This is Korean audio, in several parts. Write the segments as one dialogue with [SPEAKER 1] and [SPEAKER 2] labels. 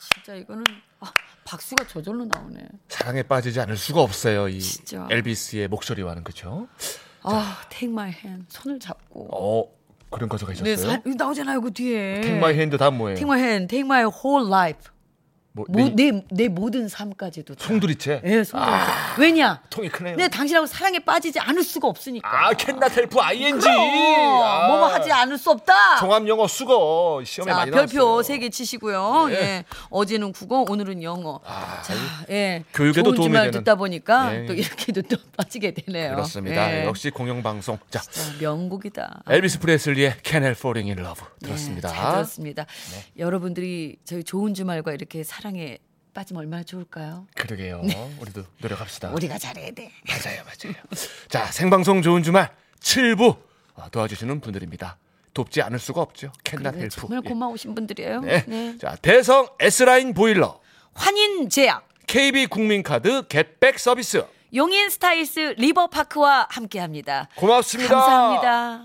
[SPEAKER 1] 진짜 이거는 아, 박수가 저절로 나오네.
[SPEAKER 2] 사랑에 빠지지 않을 수가 없어요. 이
[SPEAKER 1] 진짜.
[SPEAKER 2] 엘비스의 목소리와는 그렇죠.
[SPEAKER 1] 아, take my hand. 손을 잡고.
[SPEAKER 2] 어 그런 가사가
[SPEAKER 1] 네,
[SPEAKER 2] 있었어요.
[SPEAKER 1] 사, 이거 나오잖아요, 그 뒤에.
[SPEAKER 2] Take my hand 다음 뭐예요?
[SPEAKER 1] take my hand, take my whole life.
[SPEAKER 2] 뭐,
[SPEAKER 1] 모,
[SPEAKER 2] 네, 아.
[SPEAKER 1] 내, 내 모든 삶까지도. 다.
[SPEAKER 2] 송두리째.
[SPEAKER 1] 예, 손. 왜냐?
[SPEAKER 2] 통이 크네요.
[SPEAKER 1] 내 당신하고 사랑에 빠지지 않을 수가 없으니까. 어,
[SPEAKER 2] 아 캔낫 헬프 ING. 아.
[SPEAKER 1] 뭐뭐 하지 않을 수 없다.
[SPEAKER 2] 종합 영어 수거 시험에
[SPEAKER 1] 자,
[SPEAKER 2] 많이
[SPEAKER 1] 별표
[SPEAKER 2] 나왔어요.
[SPEAKER 1] 세 개 치시고요.
[SPEAKER 2] 예. 아,
[SPEAKER 1] 예. 어제는 국어, 오늘은 영어. 자, 예.
[SPEAKER 2] 교육에도
[SPEAKER 1] 좋은
[SPEAKER 2] 도움이
[SPEAKER 1] 주말
[SPEAKER 2] 되는.
[SPEAKER 1] 듣다 보니까
[SPEAKER 2] 예,
[SPEAKER 1] 또
[SPEAKER 2] 예.
[SPEAKER 1] 이렇게도 또 빠지게 되네요.
[SPEAKER 2] 그렇습니다.
[SPEAKER 1] 예.
[SPEAKER 2] 역시 공영 방송. 자,
[SPEAKER 1] 자, 명곡이다.
[SPEAKER 2] 엘비스 프레슬리의 Can Help Falling in Love 들었습니다.
[SPEAKER 1] 네, 잘 들었습니다. 여러분들이 저희 좋은 주말과 이렇게 사랑에 빠지면 얼마나 좋을까요?
[SPEAKER 2] 그러게요. 우리도 노력합시다.
[SPEAKER 1] 네. 우리가 잘해야 돼.
[SPEAKER 2] 맞아요, 맞아요. 자, 생방송 좋은 주말 7부 아, 도와주시는 분들입니다. 돕지 않을 수가 없죠. 캔낫
[SPEAKER 1] 네,
[SPEAKER 2] 헬프.
[SPEAKER 1] 정말 고마우신 분들이에요.
[SPEAKER 2] 예.
[SPEAKER 1] 네.
[SPEAKER 2] 네. 자, 대성 S라인 보일러,
[SPEAKER 1] 환인 제약,
[SPEAKER 2] KB 국민카드 겟백 서비스.
[SPEAKER 1] 용인 스타일스 리버파크와 함께합니다.
[SPEAKER 2] 고맙습니다.
[SPEAKER 1] 감사합니다.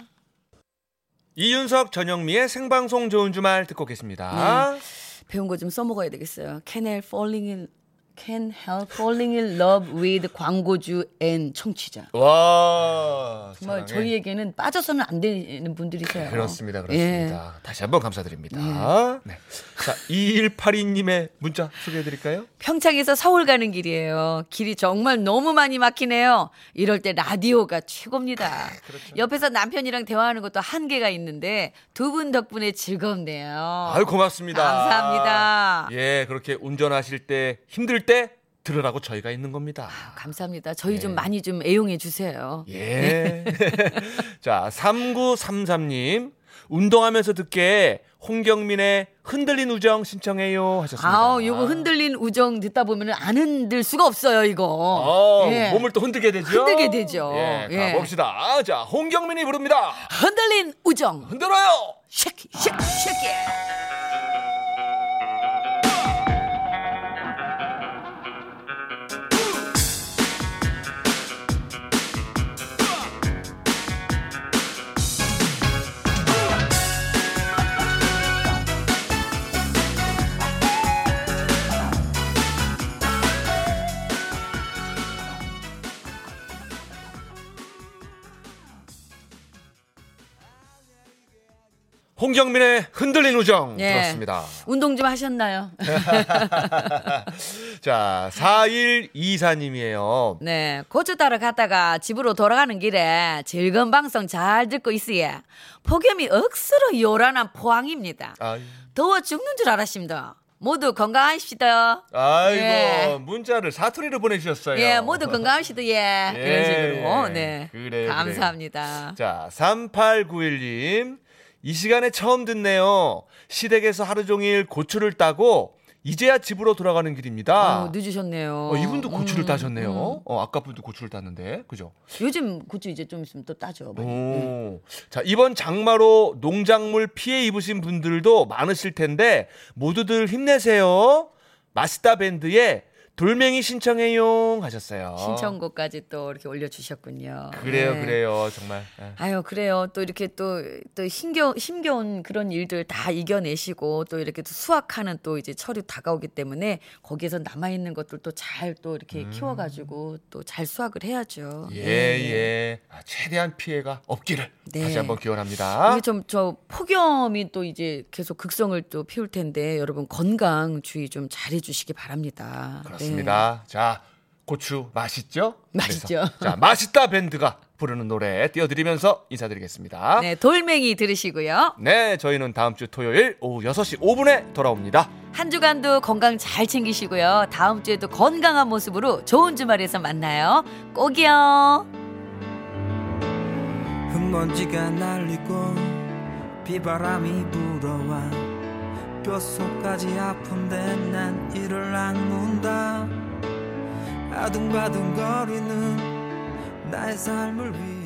[SPEAKER 2] 이윤석 전영미의 생방송 좋은 주말 듣고
[SPEAKER 1] 네.
[SPEAKER 2] 계십니다.
[SPEAKER 1] 배운 거 좀 써먹어야 되겠어요. Can help falling in Can help falling in love with 광고주 and 청취자.
[SPEAKER 2] 와.
[SPEAKER 1] 정말
[SPEAKER 2] 사랑해.
[SPEAKER 1] 저희에게는 빠져서는 안 되는 분들이세요.
[SPEAKER 2] 그렇습니다.
[SPEAKER 1] 예.
[SPEAKER 2] 그렇습니다. 다시 한번 감사드립니다. 네. 자, 2182님의 문자 소개해 드릴까요?
[SPEAKER 1] 평창에서 서울 가는 길이에요. 길이 정말 너무 많이 막히네요. 이럴 때 라디오가
[SPEAKER 2] 아,
[SPEAKER 1] 최고입니다.
[SPEAKER 2] 그렇죠.
[SPEAKER 1] 옆에서 남편이랑 대화하는 것도 한계가 있는데 두 분 덕분에 즐겁네요.
[SPEAKER 2] 아유, 고맙습니다.
[SPEAKER 1] 감사합니다.
[SPEAKER 2] 예, 그렇게 운전하실 때 힘들 때 들으라고 저희가 있는 겁니다.
[SPEAKER 1] 아, 감사합니다. 저희
[SPEAKER 2] 네.
[SPEAKER 1] 좀 많이 좀 애용해 주세요.
[SPEAKER 2] 예.
[SPEAKER 1] 네.
[SPEAKER 2] 자, 3933님. 운동하면서 듣게 홍경민의 흔들린 우정 신청해요 하셨습니다.
[SPEAKER 1] 아우, 요거 흔들린 우정 듣다 보면은 안 흔들 수가 없어요, 이거.
[SPEAKER 2] 어,
[SPEAKER 1] 예.
[SPEAKER 2] 몸을 또 흔들게 되죠.
[SPEAKER 1] 흔들게 되죠.
[SPEAKER 2] 예,
[SPEAKER 1] 예.
[SPEAKER 2] 가봅시다. 자, 홍경민이 부릅니다.
[SPEAKER 1] 흔들린 우정.
[SPEAKER 2] 흔들어요.
[SPEAKER 1] 쉐키, 쉐키, 쉐키.
[SPEAKER 2] 홍경민의 흔들린 우정
[SPEAKER 1] 예.
[SPEAKER 2] 들었습니다.
[SPEAKER 1] 운동 좀 하셨나요?
[SPEAKER 2] 자, 4124님이에요.
[SPEAKER 1] 네, 고추 따러 갔다가 집으로 돌아가는 길에 즐거운 방송 잘 듣고 있으예. 폭염이 억수로 요란한 포항입니다.
[SPEAKER 2] 아이,
[SPEAKER 1] 더워 죽는 줄 알았습니다. 모두 건강하십시다.
[SPEAKER 2] 아이고,
[SPEAKER 1] 예.
[SPEAKER 2] 문자를 사투리로 보내주셨어요.
[SPEAKER 1] 예, 모두 건강하시다. 예.
[SPEAKER 2] 예.
[SPEAKER 1] 이런 식으로. 네.
[SPEAKER 2] 그래요,
[SPEAKER 1] 감사합니다.
[SPEAKER 2] 자, 3891님. 이 시간에 처음 듣네요. 시댁에서 하루 종일 고추를 따고 이제야 집으로 돌아가는 길입니다.
[SPEAKER 1] 아우, 늦으셨네요.
[SPEAKER 2] 어, 이분도 고추를
[SPEAKER 1] 음,
[SPEAKER 2] 따셨네요.
[SPEAKER 1] 음.
[SPEAKER 2] 어, 아까 분도 고추를 땄는데. 그죠?
[SPEAKER 1] 요즘 고추 이제 좀 있으면 또 따죠. 많이. 음.
[SPEAKER 2] 오. 자, 이번 장마로 농작물 피해 입으신 분들도 많으실 텐데 모두들 힘내세요. 마스다 밴드의 돌멩이 신청해요 하셨어요.
[SPEAKER 1] 신청곡까지 또 이렇게 올려주셨군요.
[SPEAKER 2] 아. 그래요,
[SPEAKER 1] 네.
[SPEAKER 2] 그래요. 정말. 예.
[SPEAKER 1] 아유 그래요 또 이렇게 또 또 힘겨 힘겨운 그런 일들 다 이겨내시고 또 이렇게 또 수확하는 또 이제 철이 다가오기 때문에 거기에서 남아 있는 것들 또 잘 또 이렇게 키워가지고 또 잘 수확을 해야죠.
[SPEAKER 2] 음. 예,
[SPEAKER 1] 네.
[SPEAKER 2] 예. 아, 최대한 피해가 없기를
[SPEAKER 1] 네.
[SPEAKER 2] 다시 한번 기원합니다.
[SPEAKER 1] 이게 좀 저 폭염이 또 이제 계속 극성을 또 피울 텐데 여러분 건강 주의 좀 잘해주시기 바랍니다.
[SPEAKER 2] 그렇습니다. 자, 고추 맛있죠?
[SPEAKER 1] 맛있죠.
[SPEAKER 2] 그래서 자, 맛있다 밴드가 부르는 노래 띄워드리면서 인사드리겠습니다.
[SPEAKER 1] 네, 네 돌멩이 들으시고요.
[SPEAKER 2] 네, 저희는 다음 주 토요일 오후 6시 5분에 돌아옵니다.
[SPEAKER 1] 한 주간도 건강 잘 챙기시고요. 다음 주에도 건강한 모습으로 좋은 주말에서 만나요. 꼭이요.
[SPEAKER 3] 흙먼지가 날리고 비바람이 불어와 뼛속까지 아픈데 난 이를 악문다 아둥바둥 거리는 나의 삶을 위해